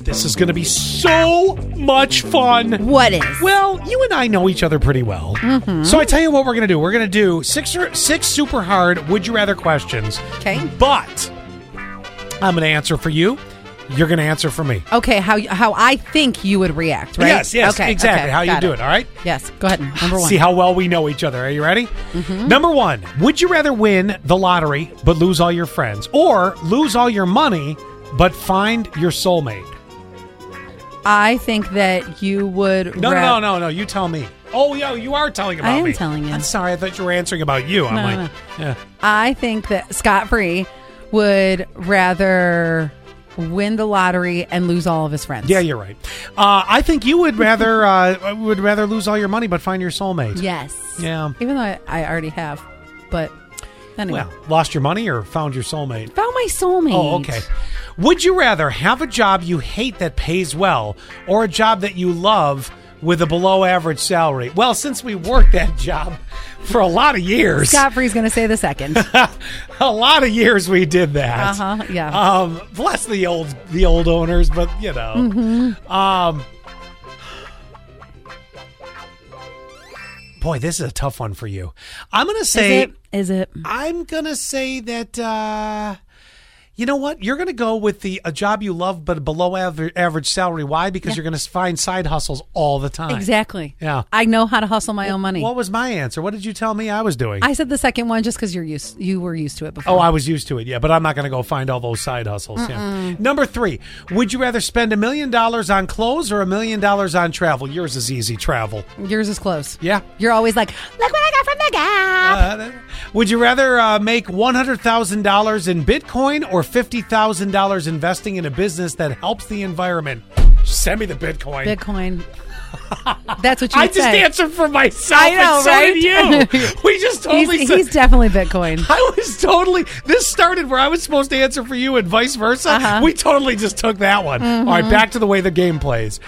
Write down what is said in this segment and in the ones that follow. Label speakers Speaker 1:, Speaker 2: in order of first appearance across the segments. Speaker 1: This is going to be so much fun.
Speaker 2: What is?
Speaker 1: Well, you and I know each other pretty well. So I tell you what we're going to do. We're going to do six or six super hard would you rather questions.
Speaker 2: Okay.
Speaker 1: But I'm going to answer for you. You're going to answer for me.
Speaker 2: Okay, how how I think you would react, right?
Speaker 1: Yes, yes,
Speaker 2: okay,
Speaker 1: exactly.
Speaker 2: okay,
Speaker 1: How you
Speaker 2: got
Speaker 1: do it, all right?
Speaker 2: Yes, go ahead. Number one.
Speaker 1: See how well we know each other. Are you ready? Number one, would you rather win the lottery but lose all your friends or lose all your money but find your soulmate?
Speaker 2: I think that you would.
Speaker 1: No,
Speaker 2: ra-
Speaker 1: no, no, no, no. You tell me. Oh, yo, you are telling about
Speaker 2: I am
Speaker 1: me.
Speaker 2: telling you.
Speaker 1: I'm sorry. I thought you were answering about you. I'm
Speaker 2: No,
Speaker 1: like,
Speaker 2: no, no.
Speaker 1: yeah.
Speaker 2: I think that Scott Free would rather win the lottery and lose all of his friends.
Speaker 1: yeah, you're right. Uh, I think you would rather uh, would rather lose all your money but find your soulmate.
Speaker 2: Yes.
Speaker 1: Yeah.
Speaker 2: Even though I, I already have, but anyway,
Speaker 1: Well, lost your money or found your soulmate?
Speaker 2: found my soulmate.
Speaker 1: Oh, okay. Would you rather have a job you hate that pays well or a job that you love with a below average salary? Well, since we worked that job for a lot of years,
Speaker 2: Scott Free's going to say the second.
Speaker 1: a lot of years we did that.
Speaker 2: Uh-huh, yeah.
Speaker 1: Um, bless the old the old owners, but you know.
Speaker 2: Mm-hmm.
Speaker 1: Um Boy, this is a tough one for you. I'm going to
Speaker 2: is
Speaker 1: say
Speaker 2: it? Is it?
Speaker 1: I'm gonna say that. Uh, you know what? You're gonna go with the a job you love, but below average, average salary. Why? Because you're gonna find side hustles all the time.
Speaker 2: Exactly.
Speaker 1: Yeah.
Speaker 2: I know how to hustle my own money.
Speaker 1: What was my answer? What did you tell me I was doing?
Speaker 2: I said the second one just because you're used. You were used to it before.
Speaker 1: Oh, I was used to it, yeah, but I'm not going to go find all those side hustles. Yeah. Number three, would you rather spend a million dollars on clothes or a million dollars on travel? Yours is easy travel.
Speaker 2: Yours is close.
Speaker 1: Yeah.
Speaker 2: You're always like, look what I got from the Gap.
Speaker 1: Uh, would you rather uh, make $100,000 in Bitcoin or $50,000 investing in a business that helps the environment? Send me the Bitcoin.
Speaker 2: Bitcoin. That's what you
Speaker 1: I
Speaker 2: would
Speaker 1: just
Speaker 2: say.
Speaker 1: answered for myself.
Speaker 2: I know,
Speaker 1: and so
Speaker 2: right?
Speaker 1: did you. We just totally
Speaker 2: he's,
Speaker 1: said-
Speaker 2: he's definitely Bitcoin.
Speaker 1: I was totally. This started where I was supposed to answer for you and vice versa.
Speaker 2: Uh-huh. Mm-hmm.
Speaker 1: We totally just took that one. All right, back to the way the game plays.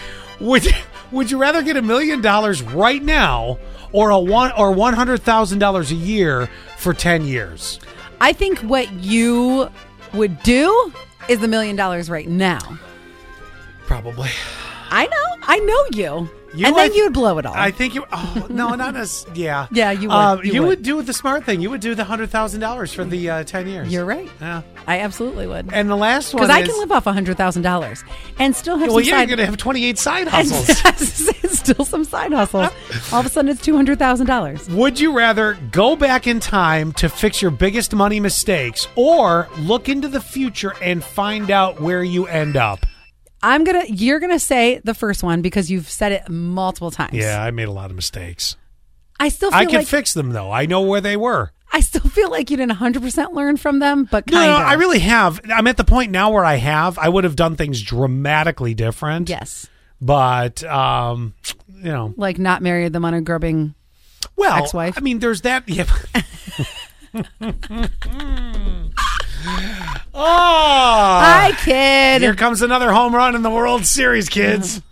Speaker 1: Would Would you rather get a million dollars right now or a one or one hundred thousand dollars a year for ten years?
Speaker 2: I think what you would do is the million dollars right now.
Speaker 1: Probably.
Speaker 2: I know. I know you.
Speaker 1: You
Speaker 2: and then
Speaker 1: like-
Speaker 2: you'd blow it all.
Speaker 1: I think you. Oh no, not as. Yeah.
Speaker 2: Yeah, you would.
Speaker 1: Um,
Speaker 2: You
Speaker 1: you
Speaker 2: would.
Speaker 1: would. do the smart thing. You would do the hundred thousand dollars for the uh, ten years.
Speaker 2: You're right.
Speaker 1: Yeah.
Speaker 2: I absolutely would.
Speaker 1: And the last one
Speaker 2: Because I
Speaker 1: is-
Speaker 2: can live off $100,000 and still have
Speaker 1: Well,
Speaker 2: some
Speaker 1: yeah,
Speaker 2: side
Speaker 1: you're gonna have twenty eight side
Speaker 2: and
Speaker 1: hustles.
Speaker 2: still some side hustles. All of a sudden, it's two hundred thousand dollars.
Speaker 1: Would you rather go back in time to fix your biggest money mistakes or look into the future and find out where you end up?
Speaker 2: I'm gonna. You're gonna say the first one because you've said it multiple times.
Speaker 1: Yeah, I made a lot of mistakes.
Speaker 2: I still feel
Speaker 1: I can
Speaker 2: like
Speaker 1: fix them though. I know where they were.
Speaker 2: I still feel like you didn't hundred percent learn from them, but
Speaker 1: No,
Speaker 2: kind
Speaker 1: no,
Speaker 2: of.
Speaker 1: I really have. I'm at the point now where I have. I would have done things dramatically different.
Speaker 2: yes,
Speaker 1: But um, you know,
Speaker 2: like not married the money grubbing.
Speaker 1: well,
Speaker 2: Ex-wife?
Speaker 1: I mean, there's that. Yeah. oh,
Speaker 2: I kid.
Speaker 1: Uh, Ah, Here comes another home run in the World Series, kids.